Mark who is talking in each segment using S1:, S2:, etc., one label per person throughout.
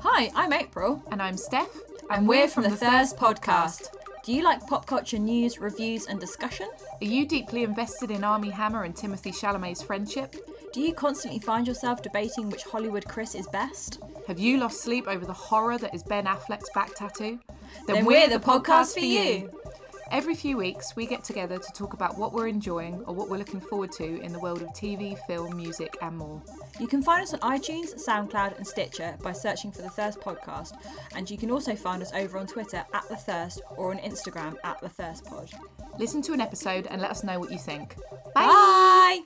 S1: Hi, I'm April,
S2: And I'm Steph.
S1: and we're from the Thurs Podcast. Do you like pop culture news, reviews, and discussion?
S2: Are you deeply invested in Army Hammer and Timothy Chalamet's friendship?
S1: Do you constantly find yourself debating which Hollywood Chris is best?
S2: Have you lost sleep over the horror that is Ben Affleck's back tattoo? Then,
S1: we're the podcast for you.
S2: Every few weeks, we get together to talk about what we're enjoying or what we're looking forward to in the world of TV, film, music, and more.
S1: You can find us on iTunes, SoundCloud, and Stitcher by searching for The Thirst Podcast, and you can also find us over on Twitter at The Thirst or on Instagram at The Thirst Pod.
S2: Listen to an episode and let us know what you think. Bye.
S1: Bye!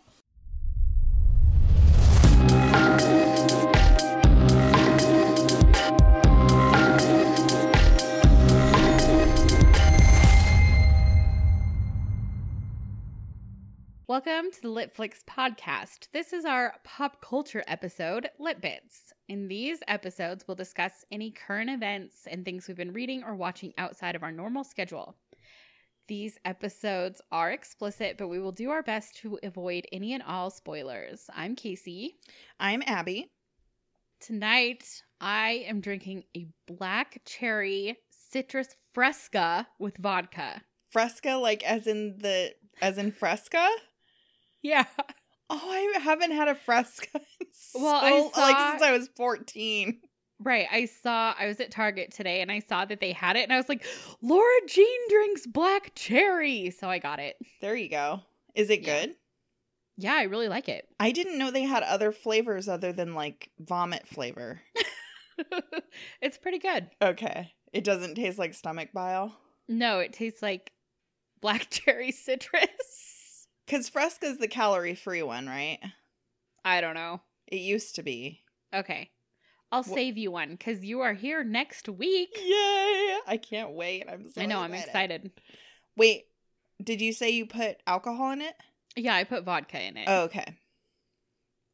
S3: Welcome to the Litflix podcast. This is our pop culture episode, Lit Bits. In these episodes, we'll discuss any current events and things we've been reading or watching outside of our normal schedule. These episodes are explicit, but we will do our best to avoid any and all spoilers. I'm Casey.
S4: I'm Abby.
S3: Tonight, I am drinking a black cherry citrus fresca with vodka.
S4: Fresca, like as in the as in fresca.
S3: Yeah.
S4: Oh, I haven't had a fresca. in
S3: Well, I
S4: so- like
S3: saw-
S4: since I was fourteen.
S3: Right. I saw, I was at Target today and I saw that they had it and I was like, Laura Jean drinks black cherry. So I got it.
S4: There you go. Is it
S3: Yeah.
S4: good?
S3: Yeah, I really like it.
S4: I didn't know they had other flavors other than like vomit flavor.
S3: it's pretty good.
S4: Okay, it doesn't taste like stomach bile
S3: No, it tastes like black cherry citrus.
S4: because fresca is the calorie free one, right?
S3: I don't know.
S4: It used to be.
S3: Okay. I'll
S4: Wha-
S3: save you one because you are here next week.
S4: Yay! I can't wait. I'm so
S3: I know, I'm excited.
S4: Wait, did you say you put alcohol in it?
S3: Yeah, I put vodka in it.
S4: Oh, okay.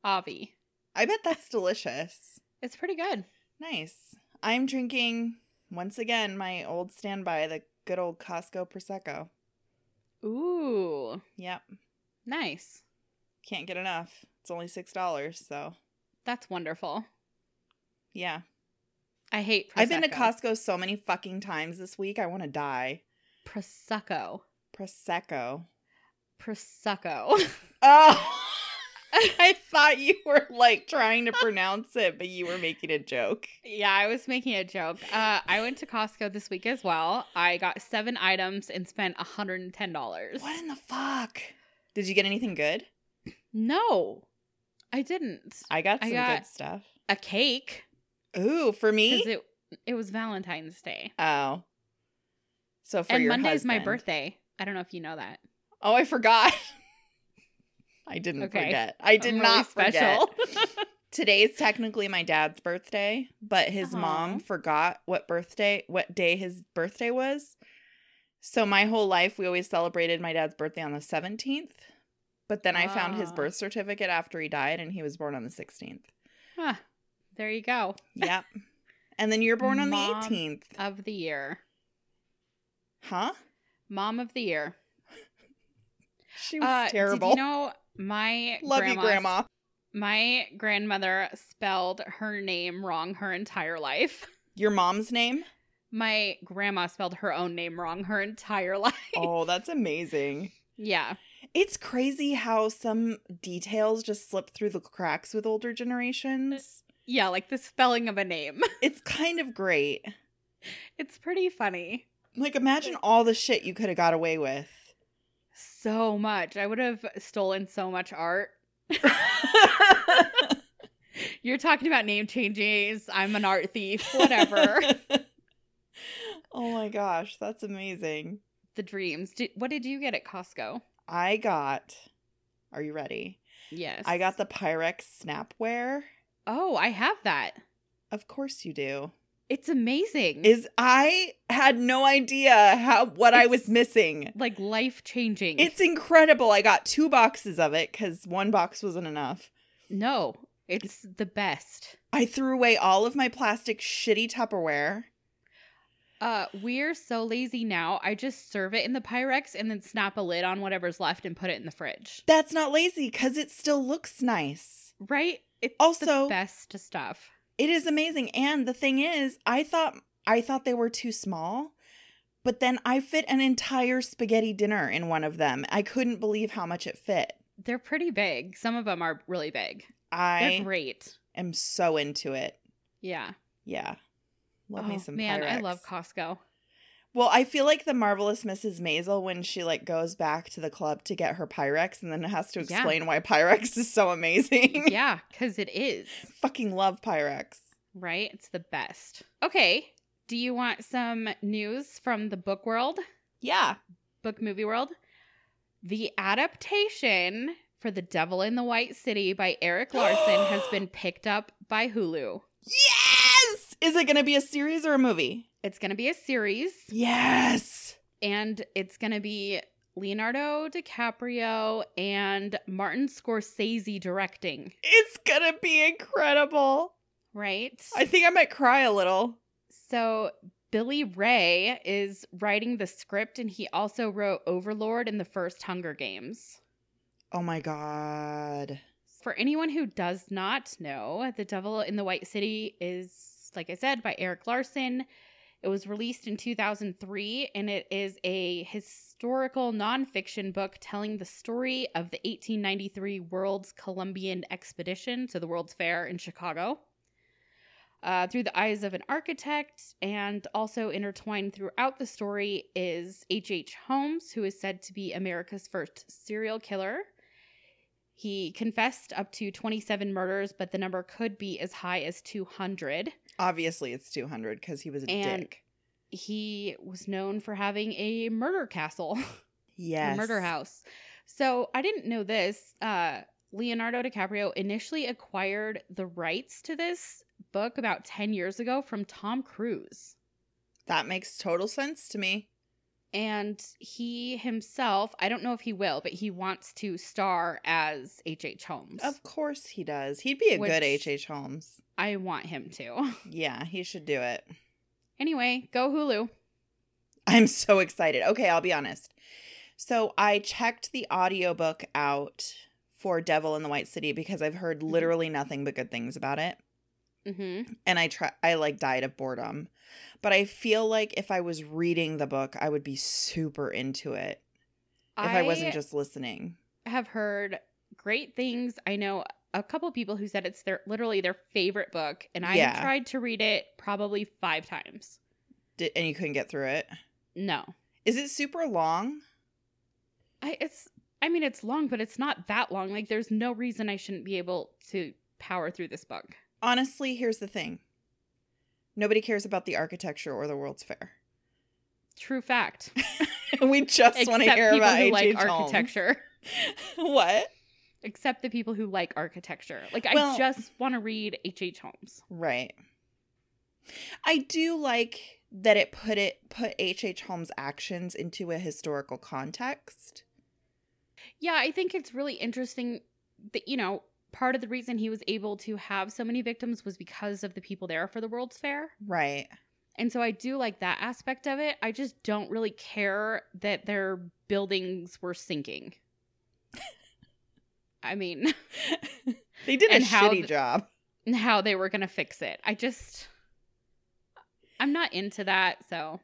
S3: Avi.
S4: I bet that's delicious.
S3: It's pretty good.
S4: Nice. I'm drinking once again my old standby, the good old Costco Prosecco.
S3: Ooh,
S4: Yep.
S3: nice.
S4: Can't get enough. It's only six dollars, so
S3: That's wonderful.
S4: yeah.
S3: I hate Prosecco.
S4: I've been to Costco so many fucking times this week. I want to die.
S3: Prosecco.
S4: Prosecco.
S3: Prosecco.
S4: Oh, I thought you were like trying to pronounce it, but you were making a joke.
S3: yeah, I was making a joke. Uh, I went to Costco this week as well. I got seven items and spent $110.
S4: What in the fuck? Did you get anything good?
S3: No, I didn't.
S4: I got
S3: I
S4: some
S3: got-
S4: good stuff.
S3: A cake
S4: Ooh, for me?
S3: because it it was Valentine's Day
S4: oh. So for
S3: and
S4: your
S3: Monday is my
S4: husband.
S3: birthday. I don't know if you know that.
S4: Oh, I forgot. I didn't
S3: Okay.
S4: forget. I did
S3: really
S4: not
S3: special.
S4: forget. Today's technically my dad's birthday, but his
S3: Aw.
S4: mom forgot what birthday, what day his birthday was. So my whole life we always celebrated my dad's birthday on the 17th, but then I found his
S3: Ah.
S4: birth certificate after he died and he was born on the 16th.
S3: Huh. There you go.
S4: Yep. and then you're born on
S3: Mom.
S4: the 18th.
S3: Of the year,
S4: Huh?
S3: mom of the year.
S4: She was
S3: Uh,
S4: terrible.
S3: Did you know my
S4: Love you,
S3: grandma's-
S4: grandma.
S3: My grandmother spelled her name wrong her entire life.
S4: Your mom's name?
S3: My grandma spelled her own name wrong her entire life.
S4: Oh, that's amazing.
S3: Yeah.
S4: It's crazy how some details just slip through the cracks with older generations.
S3: Yeah, like the spelling of a name.
S4: It's kind of great.
S3: It's pretty funny.
S4: Like, imagine all the shit you could have got away with.
S3: So much. I would have stolen so much art. You're talking about name changes. I'm an art thief. Whatever.
S4: oh my gosh, that's amazing.
S3: the dreams. Did, what did you get at Costco?
S4: I got, are you ready?
S3: Yes.
S4: I got the Pyrex Snapware.
S3: Oh, I have that.
S4: Of course you do.
S3: It's amazing.
S4: Is I had no idea how what I was
S3: It's-
S4: missing.
S3: like life changing.
S4: It's incredible. I got two boxes of it because one box wasn't enough.
S3: no. It's the best.
S4: I threw away all of my plastic shitty Tupperware.
S3: Uh, we're so lazy now. I just serve it in the Pyrex and then snap a lid on whatever's left and put it in the fridge.
S4: That's not lazy because it still looks nice.
S3: Right? It's the
S4: Also-
S3: best stuff.
S4: It is amazing. And the thing is, I thought I thought they were too small, but then I fit an entire spaghetti dinner in one of them. I couldn't believe how much it fit.
S3: They're pretty big. Some of them are really big. They're
S4: I
S3: great.
S4: am so into it.
S3: Yeah.
S4: Yeah. Love me
S2: Oh,
S4: some
S3: Man, I
S4: Pyrex.
S3: love Costco.
S4: Well, I feel like the marvelous Mrs. Maisel when she like goes back to the club to get her Pyrex and then has to
S3: Yeah.
S4: explain why Pyrex is so amazing.
S3: yeah, because it is.
S4: Fucking love Pyrex.
S3: Right? It's the best. Okay. Do you want some news from the book world,
S4: Yeah.
S3: book movie world? The adaptation for The Devil in the White City by Eric Larson has been picked up by Hulu.
S4: Yes! Is it going to be a series or a movie?
S3: It's going to be a series
S4: Yes.
S3: and it's going to be Leonardo DiCaprio and Martin Scorsese directing,
S4: It's going to be incredible.
S3: right?
S4: I think I might cry a little.
S3: So Billy Ray is writing the script, and he also wrote Overlord in the first Hunger Games.
S4: Oh my god.
S3: For anyone who does not know, The Devil in the White City is, like I said, by Eric Larson. It was released in 2003, and it is a historical nonfiction book telling the story of the 1893 World's Columbian Expedition to the World's Fair in Chicago uh, through the eyes of an architect, and also intertwined throughout the story is H.H. H. Holmes, who is said to be America's first serial killer. He confessed up to 27 murders, but the number could be as high as 200.
S4: Obviously it's 200 cuz he was a
S3: And-
S4: dick.
S3: He was known for having a murder castle.
S4: Yes.
S3: a murder house. So I didn't know this. Uh, Leonardo DiCaprio initially acquired the rights to this book about 10 years ago from Tom Cruise.
S4: That makes total sense to me.
S3: And he himself, I don't know if he will, but he wants to star as H.H. H. Holmes.
S4: Of course he does. He'd be a
S3: Which-
S4: good H.H. Holmes.
S3: I want him to.
S4: Yeah, he should do it.
S3: Anyway, go Hulu.
S4: I'm so excited. Okay, I'll be honest. So I checked the audiobook out for Devil in the White City because I've heard literally nothing but good things about it.
S3: Mm-hmm.
S4: And I try I like died of boredom. But I feel like if I was reading the book, I would be super into it if I, wasn't just listening.
S3: have heard great things. I know a couple people who said it's their literally their favorite book, and I have
S4: Yeah.
S3: tried to read it probably five times.
S4: Did, and you couldn't get through it.
S3: No,
S4: Is it super long?
S3: I it's I mean it's long, but it's not that long. Like there's no reason I shouldn't be able to power through this book.
S4: Honestly, here's the thing. Nobody cares about the architecture or the World's Fair.
S3: True fact.
S4: we just want to
S3: Except
S4: hear
S3: people
S4: about
S3: who
S4: H.H.
S3: like
S4: Holmes.
S3: architecture.
S4: what?
S3: Except the people who like architecture. Like I
S4: Well-
S3: just want to read H. H. Holmes.
S4: Right. I do like that it put it put H.H. H. Holmes' actions into a historical context.
S3: Yeah, I think it's really interesting that, you know, part of the reason he was able to have so many victims was because of the people there for the World's Fair.
S4: Right.
S3: And so I do like that aspect of it. I just don't really care that their buildings were sinking. I mean,
S4: They did
S3: And
S4: a
S3: how
S4: shitty
S3: th-
S4: job.
S3: and how they were going to fix it. I just, I'm not into that. So,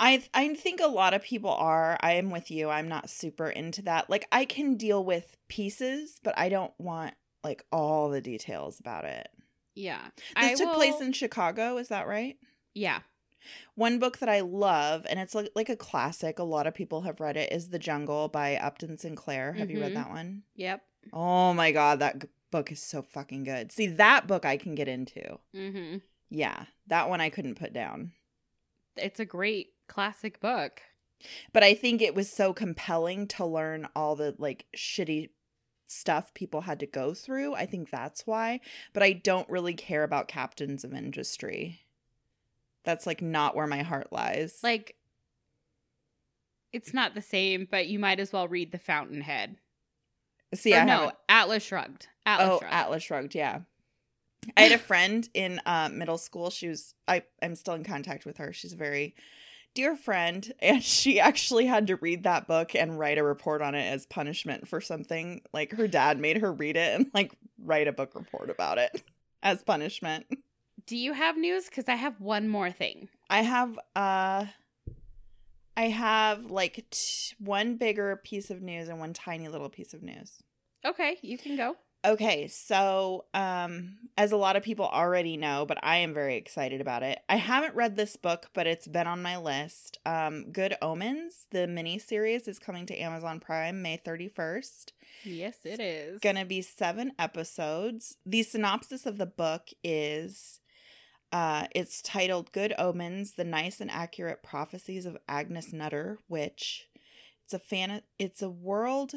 S4: I I think a lot of people are. I am with you. I'm not super into that. Like I can deal with pieces, but I don't want like all the details about it.
S3: yeah.
S4: This
S3: I
S4: took place
S3: will-
S4: in Chicago, is that right?
S3: Yeah.
S4: One book that I love, and it's like, like a classic, a lot of people have read it, is The Jungle by Upton Sinclair. Have you
S3: Mhm.
S4: read that one?
S3: Yep.
S4: Oh my god, that g- book is so fucking good. See, that book I can get into.
S3: hmm
S4: Yeah, that one I couldn't put down.
S3: It's a great classic book.
S4: But I think it was so compelling to learn all the like shitty stuff people had to go through. I think that's why. But I don't really care about captains of industry. That's like not where my heart lies.
S3: like it's not the same, but you might as well read The Fountainhead.
S4: see,
S3: Or
S4: I
S3: no,
S4: haven't-
S3: Atlas Shrugged. Atlas
S4: oh,
S3: Shrugged.
S4: Atlas Shrugged. Yeah. I had a friend in uh, middle school. She was I. I'm still in contact with her. She's a very dear friend, and she actually had to read that book and write a report on it as punishment for something. Like her dad made her read it and like write a book report about it as punishment.
S3: Do you have news? Because I have one more thing.
S4: I have uh I have like t- one bigger piece of news and one tiny little piece of news.
S3: Okay, you can go.
S4: Okay, so um as a lot of people already know, but I am very excited about it. I haven't read this book, but it's been on my list. Um Good Omens, the mini series is coming to Amazon Prime May 31st.
S3: Yes, it is.
S4: Gonna be 7 episodes. The synopsis of the book is uh it's titled Good Omens: The Nice and Accurate Prophecies of Agnes Nutter, which it's a fan it's a world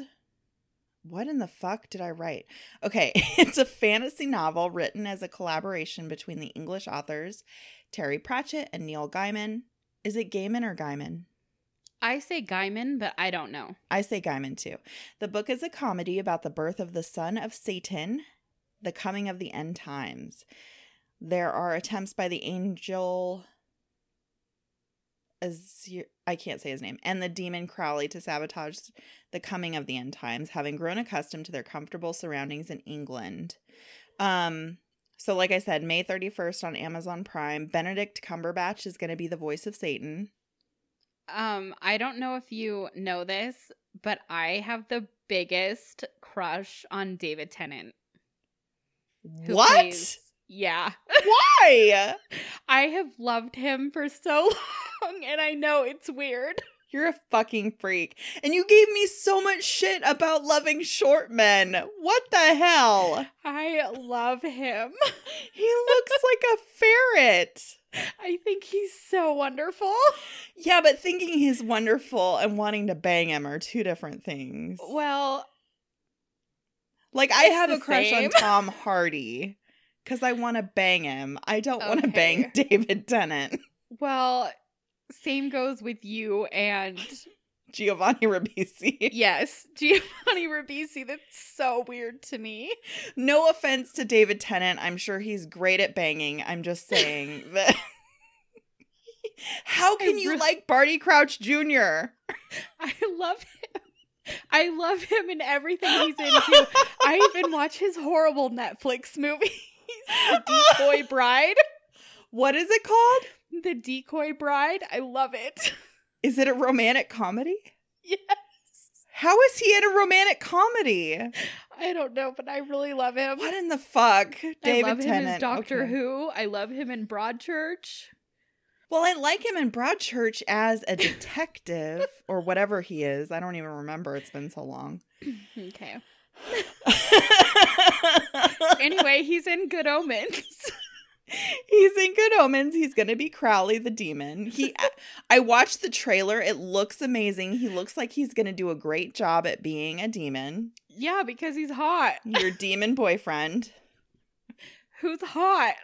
S4: what in the fuck did I write? Okay, it's a fantasy novel written as a collaboration between the English authors Terry Pratchett and Neil Gaiman. Is it Gaiman or Gaiman?
S3: I say Gaiman, but I don't know.
S4: I say Gaiman too. The book is a comedy about the birth of the son of Satan, the coming of the end times. There are attempts by the angel Azir, I can't say his name, and the demon Crowley to sabotage the coming of the end times, having grown accustomed to their comfortable surroundings in England. Um, so like I said, May 31st on Amazon Prime, Benedict Cumberbatch is going to be the voice of Satan.
S3: Um, I don't know if you know this, but I have the biggest crush on David Tennant. who
S4: what?
S3: plays- yeah.
S4: Why?
S3: I have loved him for so long, and I know it's weird.
S4: You're a fucking freak. And you gave me so much shit about loving short men. What the hell?
S3: I love him.
S4: He looks like a ferret.
S3: I think he's so wonderful.
S4: Yeah, but thinking he's wonderful and wanting to bang him are two different things.
S3: Well,
S4: like, I
S3: it's
S4: have
S3: the
S4: a crush
S3: same.
S4: on Tom Hardy because I want to bang him. I don't want to
S3: Okay.
S4: bang David Tennant,
S3: well, same goes with you and
S4: Giovanni Ribisi.
S3: yes, Giovanni Ribisi. That's so weird to me.
S4: No offense to David Tennant. I'm sure he's great at banging. I'm just saying that. How can you
S3: really-
S4: like Barty Crouch Jr.?
S3: I love him. I love him and everything he's into. I even watch his horrible Netflix movies. The Decoy Bride.
S4: What is it called?
S3: The Decoy Bride. I love it.
S4: Is it a romantic comedy?
S3: Yes.
S4: How is he in a romantic comedy?
S3: I don't know, but I really love him.
S4: What in the fuck? David
S3: I love
S4: Tennant.
S3: him as Doctor
S4: okay.
S3: Who. I love him in Broadchurch.
S4: Well, I like him in Broadchurch as a detective or whatever he is. I don't even remember. It's been so long.
S3: Okay. Anyway, he's in Good Omens.
S4: He's in Good Omens. He's gonna be Crowley the demon. He, I watched the trailer. It looks amazing. He looks like he's gonna do a great job at being a demon.
S3: yeah, because he's hot.
S4: Your demon boyfriend,
S3: Who's hot?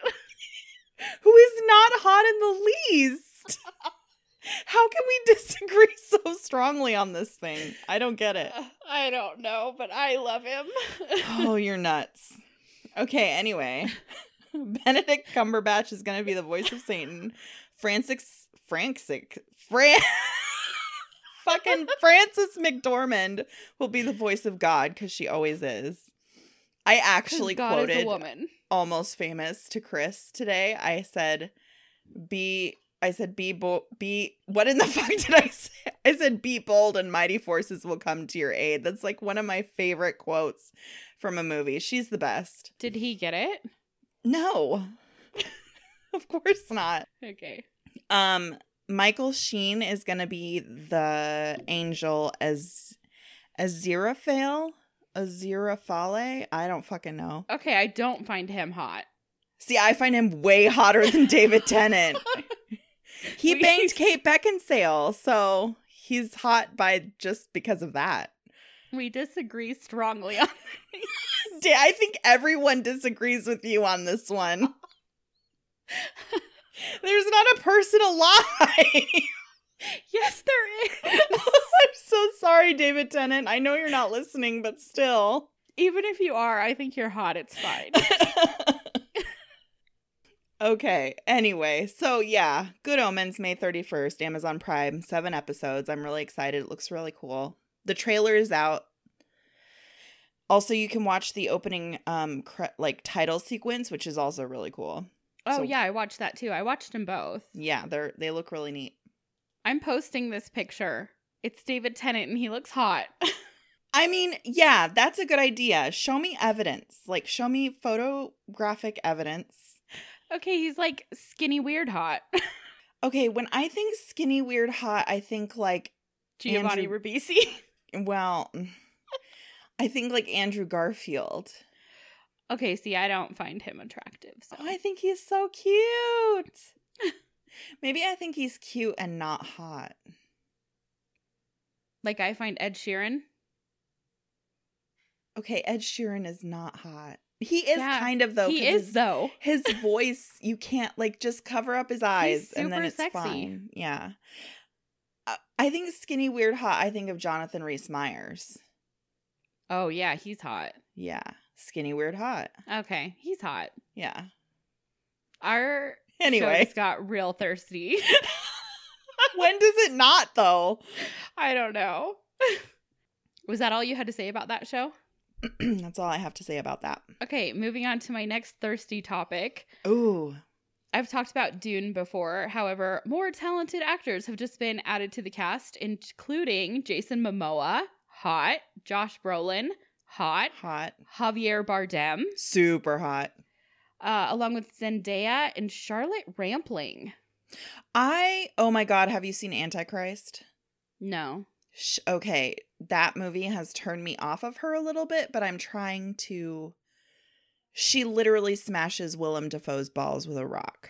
S4: who is not hot in the least. How can we disagree so strongly on this thing? I don't get it.
S3: I don't know, but I love him.
S4: Oh, you're nuts. Okay, anyway. Benedict Cumberbatch is going to be the voice of Satan. Francis Francis Fran fucking Francis McDormand will be the voice of God cuz she always is. I
S3: 'Cause
S4: actually
S3: God is a
S4: quoted
S3: woman.
S4: almost famous to Chris today. I said be I said be bold be what in the fuck did I say? I said be bold and mighty forces will come to your aid. That's like one of my favorite quotes from a movie. She's the best.
S3: Did he get it?
S4: No. of course not.
S3: Okay.
S4: Um Michael Sheen is going to be the angel as Aziraphale, Aziraphale. I don't fucking know.
S3: Okay, I don't find him hot.
S4: See, I find him way hotter than David Tennant. he
S3: We-
S4: banged Kate Beckinsale, so he's hot by just because of that.
S3: We disagree strongly on
S4: Da- I think everyone disagrees with you on this one. There's not a person alive.
S3: Yes, there is.
S4: I'm so sorry, David Tennant. I know you're not listening, but still.
S3: Even if you are, I think you're hot. It's fine.
S4: okay. Anyway, so yeah, Good Omens, May 31st, Amazon Prime, seven episodes. I'm really excited. It looks really cool. The trailer is out. Also, you can watch the opening, um, cre- like title sequence, which is also really cool.
S3: Oh
S4: So-
S3: yeah, I watched that too. I watched them both.
S4: Yeah, they're they look really neat.
S3: I'm posting this picture. It's David Tennant and he looks hot.
S4: I mean, yeah, that's a good idea. Show me evidence. Like show me photographic evidence.
S3: okay, he's like skinny weird hot.
S4: Okay, when I think skinny weird hot, I think like
S3: Giovanni
S4: Andrew-
S3: Ribisi.
S4: well, I think like Andrew Garfield.
S3: okay, see, I don't find him attractive. So.
S4: Oh, I think he's so cute. Maybe I think he's cute and not hot.
S3: like I find Ed Sheeran.
S4: Okay, Ed Sheeran is not hot. He is
S3: Yeah,
S4: kind of though.
S3: he
S4: 'cause
S3: is
S4: his-
S3: though.
S4: His voice, you can't like just cover up his eyes and then
S3: super
S4: it's
S3: sexy.
S4: fine. Yeah. Uh, I think skinny weird hot. I think of Jonathan Rhys Meyers.
S3: Oh yeah, he's hot.
S4: Yeah, skinny weird hot.
S3: Okay, he's hot.
S4: Yeah.
S3: Our
S4: Anyway.
S3: show just got real thirsty.
S4: when does it not though?
S3: I don't know. Was that all you had to say about that show?
S4: That's all I have to say about that.
S3: Okay, moving on to my next thirsty topic.
S4: Ooh,
S3: I've talked about Dune before. However, more talented actors have just been added to the cast, including Jason Momoa, hot, Josh Brolin, hot,
S4: hot,
S3: Javier Bardem,
S4: super hot.
S3: uh, along with Zendaya and Charlotte Rampling.
S4: I oh my god, have you seen Antichrist?
S3: No.
S4: Sh- okay, that movie has turned me off of her a little bit, but I'm trying to. She literally smashes Willem Dafoe's balls with a rock,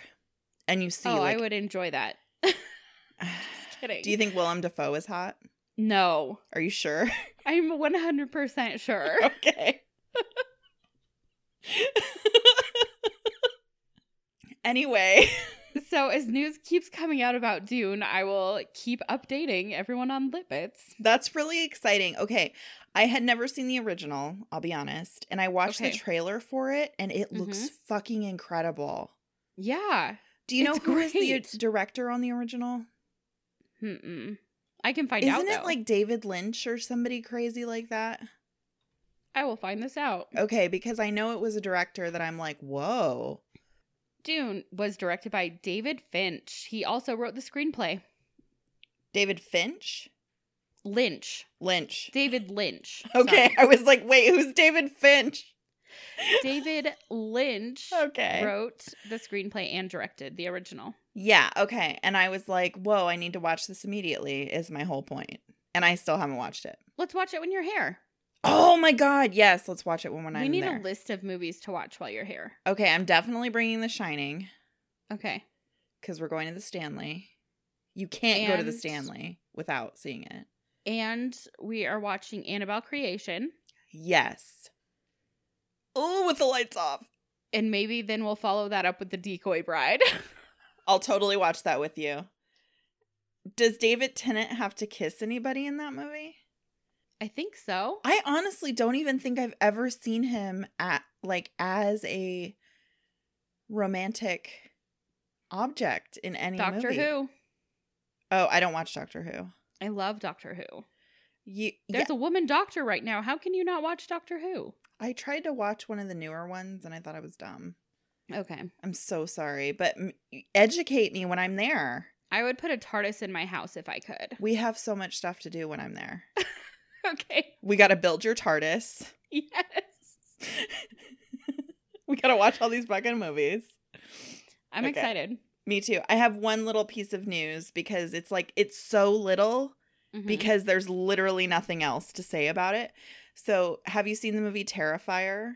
S4: and you see.
S3: oh,
S4: like,
S3: I would enjoy that. Just kidding.
S4: Do you think Willem Dafoe is hot?
S3: No,
S4: Are you sure?
S3: I'm 100% sure.
S4: okay. anyway,
S3: so, as news keeps coming out about Dune, I will keep updating everyone on Litbits.
S4: that's really exciting. Okay, I had never seen the original. I'll be honest, and I watched
S3: Okay. Mm-hmm.
S4: the trailer for it, and it looks fucking incredible.
S3: Yeah.
S4: Do you know
S3: It's
S4: who is the
S3: great.
S4: director on the original?
S3: Mm-mm. I can find out.
S4: Isn't it
S3: though.
S4: like David Lynch or somebody crazy like that?
S3: I will find this out.
S4: Okay, because I know it was a director that I'm like, whoa.
S3: Dune was directed by David Finch. He also wrote the screenplay.
S4: David Finch?
S3: Lynch.
S4: Lynch.
S3: David Lynch.
S4: Okay, I was like, wait, who's David Finch?
S3: Sorry. David Lynch
S4: Okay.
S3: wrote the screenplay and directed the original.
S4: Yeah, okay. And I was like, whoa, I need to watch this immediately, is my whole point. And I still haven't watched it.
S3: Let's watch it when you're here.
S4: Oh my God, yes, let's watch it when we're not
S3: we need
S4: there.
S3: a list of movies to watch while you're here.
S4: okay, I'm definitely bringing The Shining
S3: Okay.
S4: because we're going to the Stanley. You can't go to the
S3: And-
S4: Stanley without seeing it.
S3: And we are watching Annabelle Creation.
S4: Yes. Oh, with the lights off.
S3: And maybe then we'll follow that up with the decoy bride.
S4: I'll totally watch that with you. Does David Tennant have to kiss anybody in that movie?
S3: I think so.
S4: I honestly don't even think I've ever seen him at like as a romantic object in any
S3: Doctor
S4: movie.
S3: Who.
S4: Oh, I don't watch Doctor Who.
S3: I love Doctor Who.
S4: You, yeah,
S3: There's a woman doctor right now. How can you not watch Doctor Who?
S4: I tried to watch one of the newer ones and I thought I was dumb.
S3: Okay.
S4: I'm so sorry, but m- educate me when I'm there.
S3: I would put a TARDIS in my house if I could.
S4: We have so much stuff to do when I'm there.
S3: Okay.
S4: We got to build your TARDIS.
S3: Yes.
S4: We got to watch all these fucking movies.
S3: I'm
S4: Okay.
S3: excited.
S4: Me too. I have one little piece of news because it's like it's so little
S3: Mhm.
S4: because there's literally nothing else to say about it. So, have you seen the movie Terrifier?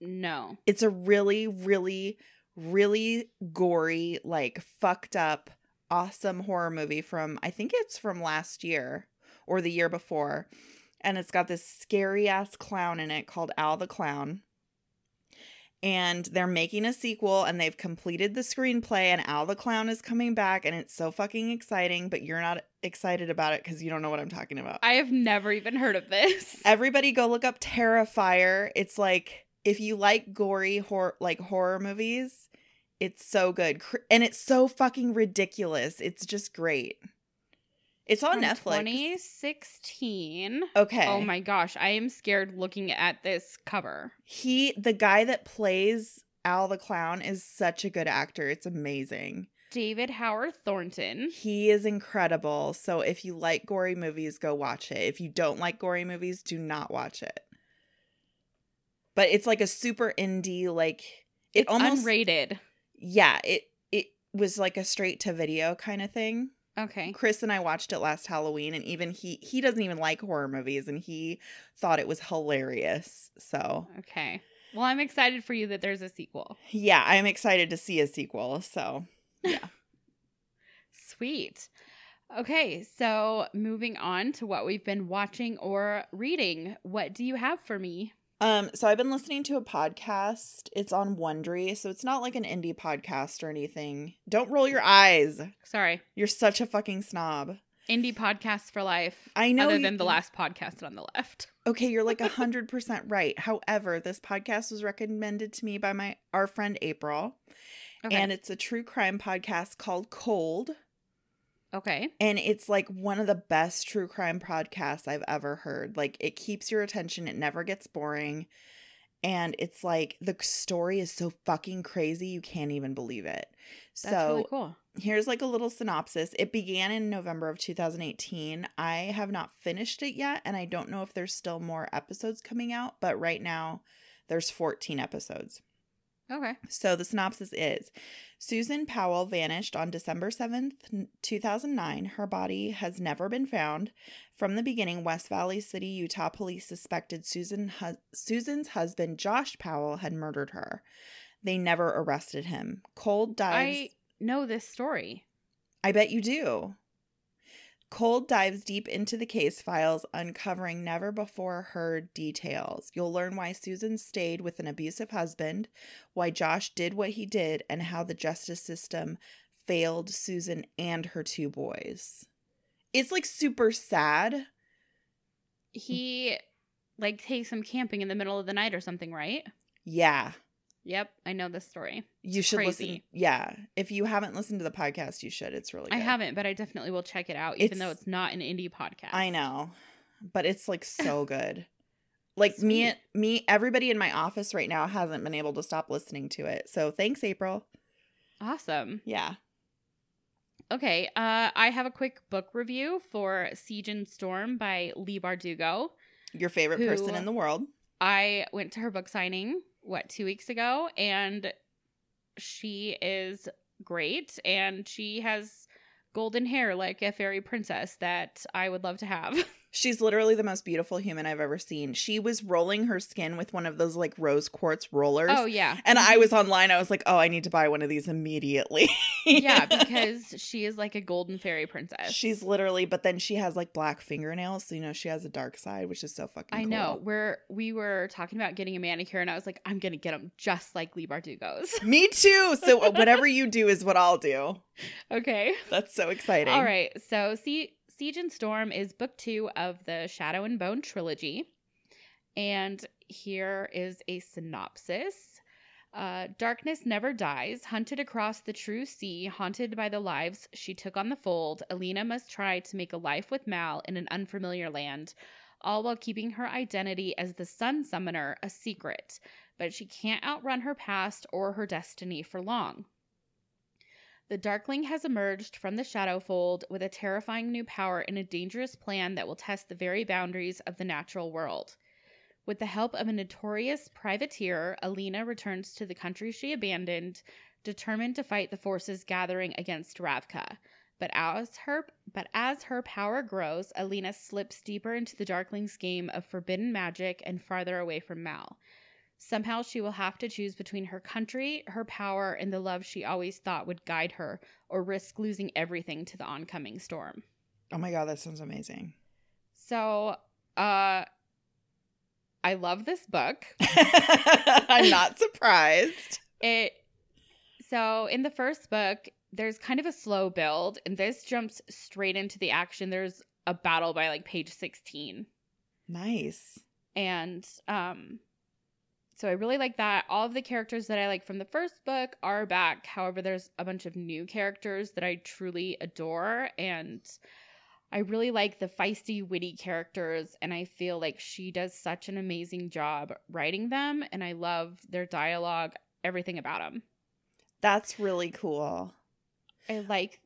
S3: no.
S4: It's a really really really gory like fucked up awesome horror movie from I think it's from last year or the year before. And it's got this scary ass clown in it called Al the Clown. And they're making a sequel and they've completed the screenplay and Al the Clown is coming back and it's so fucking exciting, but you're not excited about it cuz you don't know what I'm talking about.
S3: I have never even heard of this.
S4: Everybody go look up Terrifier. It's like if you like gory horror like horror movies, it's so good. Cr- And it's so fucking ridiculous. It's just great. It's on
S3: From
S4: Netflix.
S3: 2016.
S4: Okay.
S3: Oh my gosh. I am scared looking at this cover.
S4: He the guy that plays Al the Clown is such a good actor. It's amazing.
S3: David Howard Thornton.
S4: He is incredible. So if you like gory movies, go watch it. If you don't like gory movies, do not watch it. But it's like a super indie, like it
S3: It's
S4: almost
S3: unrated.
S4: yeah, it it was like a straight to video kind of thing.
S3: Okay.
S4: Chris and I watched it last Halloween, and even he he doesn't even like horror movies, and he thought it was hilarious. So
S3: Okay. Well, I'm excited for you that there's a sequel.
S4: yeah, I'm excited to see a sequel. So
S3: Sweet. Okay, so moving on to what we've been watching or reading. What do you have for me?
S4: Um, so I've been listening to a podcast. It's on Wondery, so it's not like an indie podcast or anything. Don't roll your eyes.
S3: Sorry,
S4: You're such a fucking snob.
S3: indie podcast for life.
S4: I know
S3: Other
S4: you-
S3: than the last podcast on the left.
S4: Okay, you're like a hundred percent right. However, this podcast was recommended to me by my our friend April,
S3: Okay.
S4: and it's a true crime podcast called Cold,
S3: okay.
S4: and it's like one of the best true crime podcasts I've ever heard. Like it keeps your attention. It never gets boring. And it's like the story is so fucking crazy you can't even believe it.
S3: That's
S4: so
S3: really cool.
S4: here's like a little synopsis. It began in November of 2018. I have not finished it yet, and I don't know if there's still more episodes coming out, but right now there's 14 episodes.
S3: Okay.
S4: So the synopsis is Susan Powell vanished on December 7th, n- 2009. Her body has never been found. From the beginning, West Valley City, Utah police suspected Susan hus- Susan's husband, Josh Powell, had murdered her. They never arrested him. Cold dives.
S3: I know this story.
S4: I bet you do. Cold dives deep into the case files, uncovering never before heard details. You'll learn why Susan stayed with an abusive husband, why Josh did what he did, and how the justice system failed Susan and her two boys. It's like super sad.
S3: He like takes him camping in the middle of the night or something, right?
S4: Yeah.
S3: Yep, I know this story.
S4: You
S3: It's
S4: should listen.
S3: crazy.
S4: Yeah. If you haven't listened to the podcast, you should. It's really good.
S3: I haven't, but I definitely will check it out, even though
S4: It's-
S3: it's not an indie podcast.
S4: I know, but it's like so good. Like me, me, everybody in my office right now hasn't been able to stop listening to it. So thanks, April.
S3: Awesome.
S4: Yeah.
S3: Okay, uh, I have a quick book review for Siege and Storm by Lee Bardugo.
S4: Your favorite
S3: Who-
S4: person in the world.
S3: I went to her book signing, what, two weeks ago, and she is great. And she has golden hair like a fairy princess that I would love to have.
S4: She's literally the most beautiful human I've ever seen. She was rolling her skin with one of those like rose quartz rollers.
S3: oh, yeah.
S4: And I was online. I was like, oh, I need to buy one of these immediately.
S3: yeah, because she is like a golden fairy princess.
S4: She's literally, but then she has like black fingernails. So, you know, she has a dark side, which is so fucking
S3: I
S4: cool.
S3: know. We're we were talking about getting a manicure, and I was like, I'm gonna get them just like Lee Bardugo's.
S4: Me too. So, uh, whatever you do is what I'll do.
S3: okay.
S4: That's so exciting.
S3: All right. So, Sie- Siege and Storm is book two of the Shadow and Bone trilogy. And here is a synopsis. Uh, Darkness never dies. Hunted across the true sea, haunted by the lives she took on the fold, Alina must try to make a life with Mal in an unfamiliar land, all while keeping her identity as the Sun Summoner a secret. But she can't outrun her past or her destiny for long. The Darkling has emerged from the Shadowfold with a terrifying new power and a dangerous plan that will test the very boundaries of the natural world. With the help of a notorious privateer, Alina returns to the country she abandoned, determined to fight the forces gathering against Ravka. But as her but as her power grows, Alina slips deeper into the Darkling's game of forbidden magic and farther away from Mal. Somehow she will have to choose between her country, her power, and the love she always thought would guide her, or risk losing everything to the oncoming storm.
S4: Oh my god, that sounds amazing.
S3: So, uh, I love this book.
S4: I'm not surprised.
S3: It so in the first book, there's kind of a slow build, and this jumps straight into the action. There's a battle by like page 16.
S4: Nice.
S3: and um so i really like that all of the characters that i like from the first book are back however there's a bunch of new characters that i truly adore and i really like the feisty witty characters and i feel like she does such an amazing job writing them and i love their dialogue everything about him.
S4: That's really cool.
S3: I like.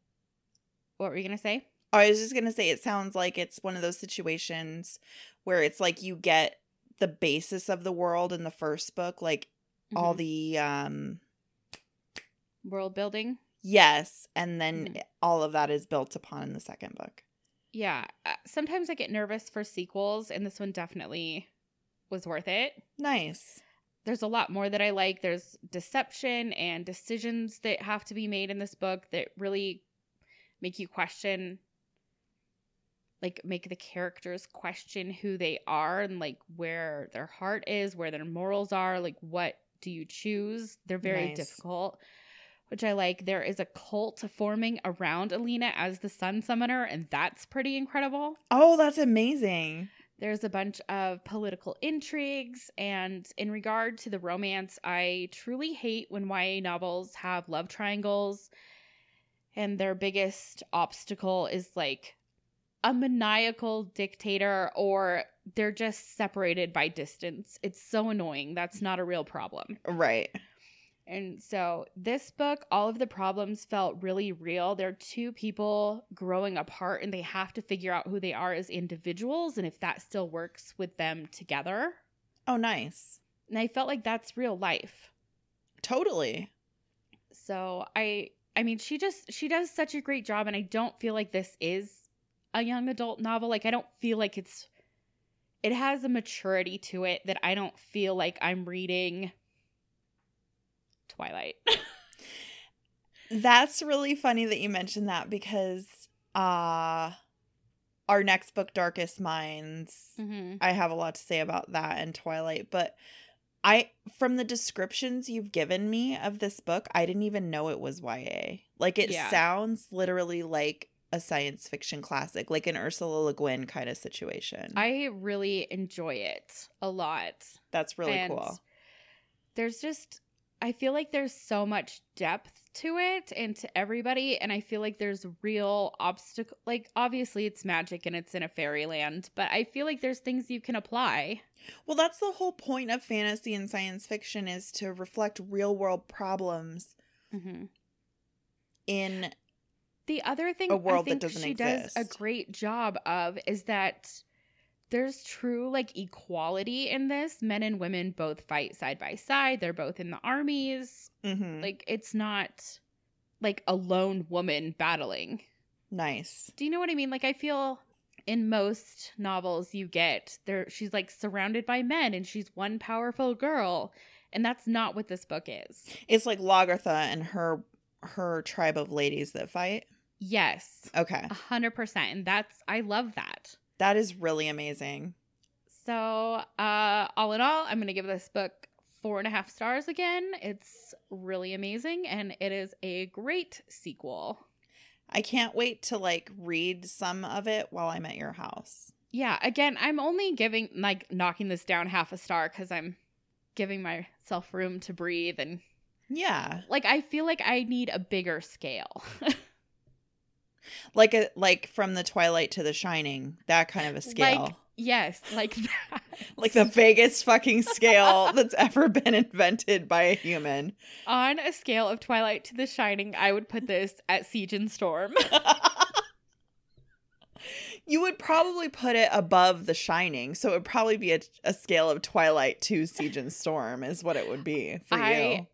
S3: What were you gonna say?
S4: I was just going to say it sounds like it's one of those situations where it's like you get the basis of the world in the first book, like all
S3: Mhm.
S4: the um
S3: world building.
S4: yes, and then
S3: Mhm.
S4: all of that is built upon in the second book.
S3: Yeah. Uh, sometimes I get nervous for sequels, and this one definitely was worth it.
S4: Nice.
S3: There's a lot more that I like. There's deception and decisions that have to be made in this book that really make you question, like, make the characters question who they are and, like, where their heart is, where their morals are, like, what do you choose? They're very
S4: Nice.
S3: difficult. Which I like. There is a cult forming around Alina as the Sun Summoner, and that's pretty incredible.
S4: Oh, that's amazing.
S3: There's a bunch of political intrigues, and in regard to the romance, I truly hate when YA novels have love triangles, and their biggest obstacle is like a maniacal dictator, or they're just separated by distance. It's so annoying. That's not a real problem.
S4: Right.
S3: And so, this book, all of the problems felt really real. They're two people growing apart, and they have to figure out who they are as individuals and if that still works with them together.
S4: Oh, nice.
S3: And I felt like that's real life.
S4: Totally.
S3: So, I I mean, she just she does such a great job and I don't feel like this is a young adult novel. Like I don't feel like it's it has a maturity to it that I don't feel like I'm reading Twilight.
S4: That's really funny that you mentioned that because uh our next book Darkest Minds
S3: mm-hmm.
S4: I have a lot to say about that and Twilight, but I from the descriptions you've given me of this book, I didn't even know it was YA. Like it
S3: Yeah.
S4: sounds literally like a science fiction classic, like an Ursula Le Guin kind of situation.
S3: I really enjoy it a lot.
S4: That's really
S3: And
S4: cool.
S3: There's just I feel like there's so much depth to it and to everybody and I feel like there's real obstacle like obviously it's magic and it's in a fairyland, but I feel like there's things you can apply.
S4: Well, that's the whole point of fantasy and science fiction is to reflect real-world problems Mm-hmm. in
S3: The other thing
S4: A world
S3: I think
S4: that doesn't
S3: she does a
S4: exist.
S3: great job of is that there's true like equality in this. Men and women both fight side by side. They're both in the armies.
S4: Mhm.
S3: Like it's not like a lone woman battling.
S4: nice.
S3: Do you know what I mean? Like I feel in most novels you get there she's like surrounded by men and she's one powerful girl and that's not what this book is.
S4: It's like Lagartha and her her tribe of ladies that fight.
S3: Yes.
S4: Okay.
S3: A hundred percent. And that's I love that.
S4: That is really amazing.
S3: So uh all in all, I'm gonna give this book four and a half stars again. It's really amazing and it is a great sequel.
S4: I can't wait to like read some of it while I'm at your house.
S3: yeah again i'm only giving like knocking this down half a star because i'm giving myself room to breathe and
S4: Yeah.
S3: like i feel like i need a bigger scale
S4: Like a like from the twilight to the shining, that kind of a
S3: like
S4: scale.
S3: yes like that
S4: Like, the biggest fucking scale that's ever been invented by a human.
S3: on a scale of twilight to the shining i would put this at siege and storm
S4: you would probably put it above the shining, so it would probably be a, a scale of twilight to siege and storm is what it would be for
S3: I-
S4: you.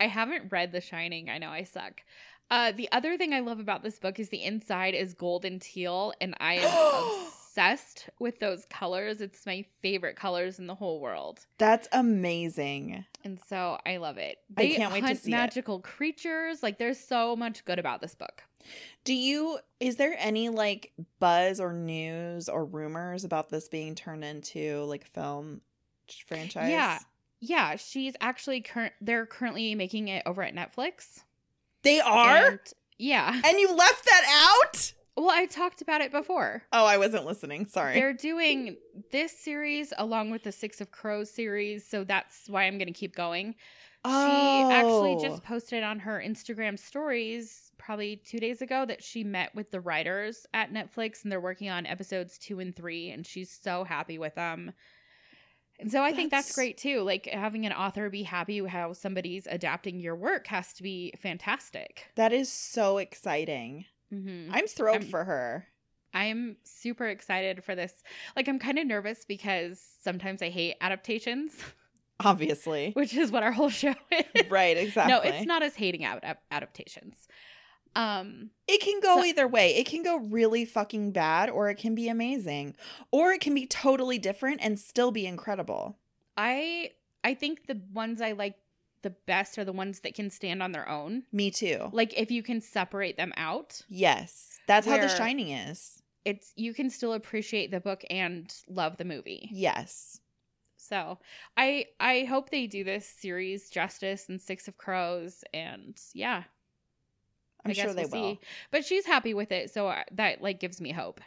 S3: i haven't read the shining i know i suck uh the other thing i love about this book is the inside is gold and teal and i am obsessed with those colors it's my favorite colors in the whole world
S4: That's amazing.
S3: And so I love it.
S4: I
S3: They
S4: can't wait to
S3: hunt
S4: see it.
S3: magical creatures. Like there's so much good about this book.
S4: Do you is there any like buzz or news or rumors about this being turned into like a film franchise?
S3: Yeah. Yeah, she's actually current. They're currently making it over at Netflix.
S4: They are? And,
S3: And- yeah.
S4: you left that out?
S3: Well, I talked about it before.
S4: Oh, I wasn't listening. Sorry.
S3: They're doing this series along with the Six of Crows series, so that's why I'm going to keep going. She actually
S4: Oh.
S3: just posted on her Instagram stories probably two days ago that she met with the writers at Netflix and they're working on episodes two and three, and she's so happy with them. And so I think that's
S4: That's-
S3: great too. Like having an author be happy with how somebody's adapting your work has to be fantastic.
S4: That is so exciting.
S3: Mm-hmm.
S4: I'm thrilled
S3: I'm-
S4: for her.
S3: I'm super excited for this. Like I'm kind of nervous because sometimes I hate adaptations,
S4: Obviously.
S3: which is what our whole show is.
S4: right, exactly.
S3: No, it's not as hating ad- ad- adaptations. Um,
S4: It can go
S3: So-
S4: either way. It can go really fucking bad or it can be amazing. Or it can be totally different and still be incredible.
S3: I I think the ones I like the best are the ones that can stand on their own.
S4: Me too.
S3: Like if you can separate them out,
S4: Yes. That's how
S3: Where-
S4: The Shining is.
S3: it's you can still appreciate the book and love the movie.
S4: Yes.
S3: So I I hope they do this series justice and Six of Crows and yeah,
S4: I'm
S3: I guess
S4: sure they
S3: we'll see.
S4: will.
S3: But she's happy with it, so I, that like gives me hope.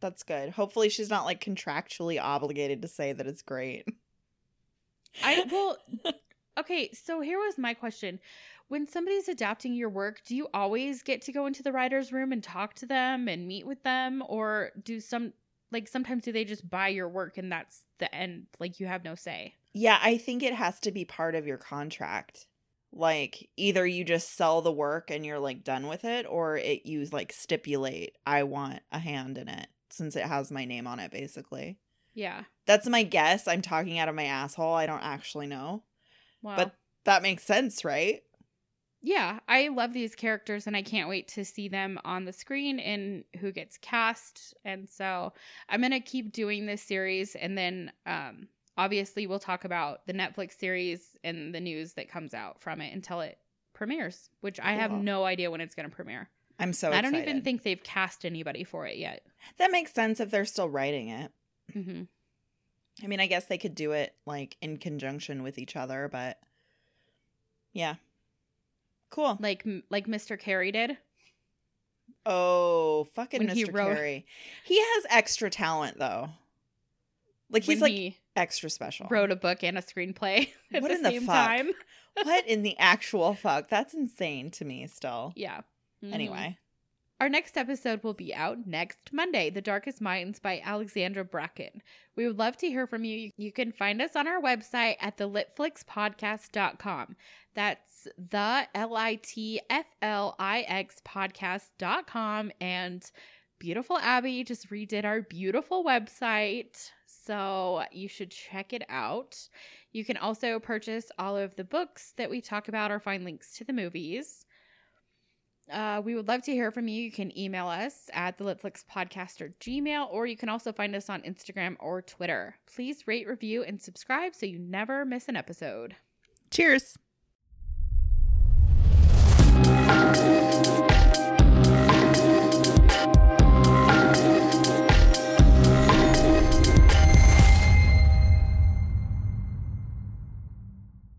S4: That's good. Hopefully she's not like contractually obligated to say that it's great.
S3: I well, okay. So here was my question: When somebody's adapting your work, do you always get to go into the writers' room and talk to them and meet with them, or do some like sometimes do they just buy your work and that's the end? Like you have no say.
S4: Yeah, I think it has to be part of your contract. Like either you just sell the work and you're like done with it or it you like stipulate I want a hand in it since it has my name on it basically.
S3: Yeah.
S4: That's my guess. I'm talking out of my asshole. I don't actually know.
S3: Wow.
S4: But that makes sense, right?
S3: yeah, I love these characters and I can't wait to see them on the screen and who gets cast. And so I'm going to keep doing this series and then um obviously we'll talk about the Netflix series and the news that comes out from it until it premieres, which I have
S4: Cool.
S3: no idea when it's going to premiere.
S4: I'm so
S3: I don't even
S4: excited.
S3: think they've cast anybody for it yet.
S4: that makes sense if they're still writing it. Mm-hmm.
S3: hmm
S4: I mean, I guess they could do it like in conjunction with each other, but yeah. Cool.
S3: Like like Mr. Carey did.
S4: Oh, fucking
S3: When
S4: Mr.
S3: he wrote-
S4: Carey. He has extra talent though. Like he's
S3: when
S4: like
S3: he
S4: extra special.
S3: wrote a book and a screenplay at
S4: What
S3: the
S4: in the
S3: same
S4: fuck?
S3: time.
S4: what in the actual fuck? That's insane to me still.
S3: Yeah. Mhm.
S4: Anyway,
S3: Our next episode will be out next Monday, The Darkest Minds by Alexandra Bracken. We would love to hear from you. You can find us on our website at thelitflixpodcast.com. That's the L I T F L I X podcast.com. And beautiful Abby just redid our beautiful website. So you should check it out. You can also purchase all of the books that we talk about or find links to the movies. Uh, we would love to hear from you. You can email us at the Litflix Podcast or Gmail, or you can also find us on Instagram or Twitter. Please rate, review, and subscribe so you never miss an episode.
S4: cheers.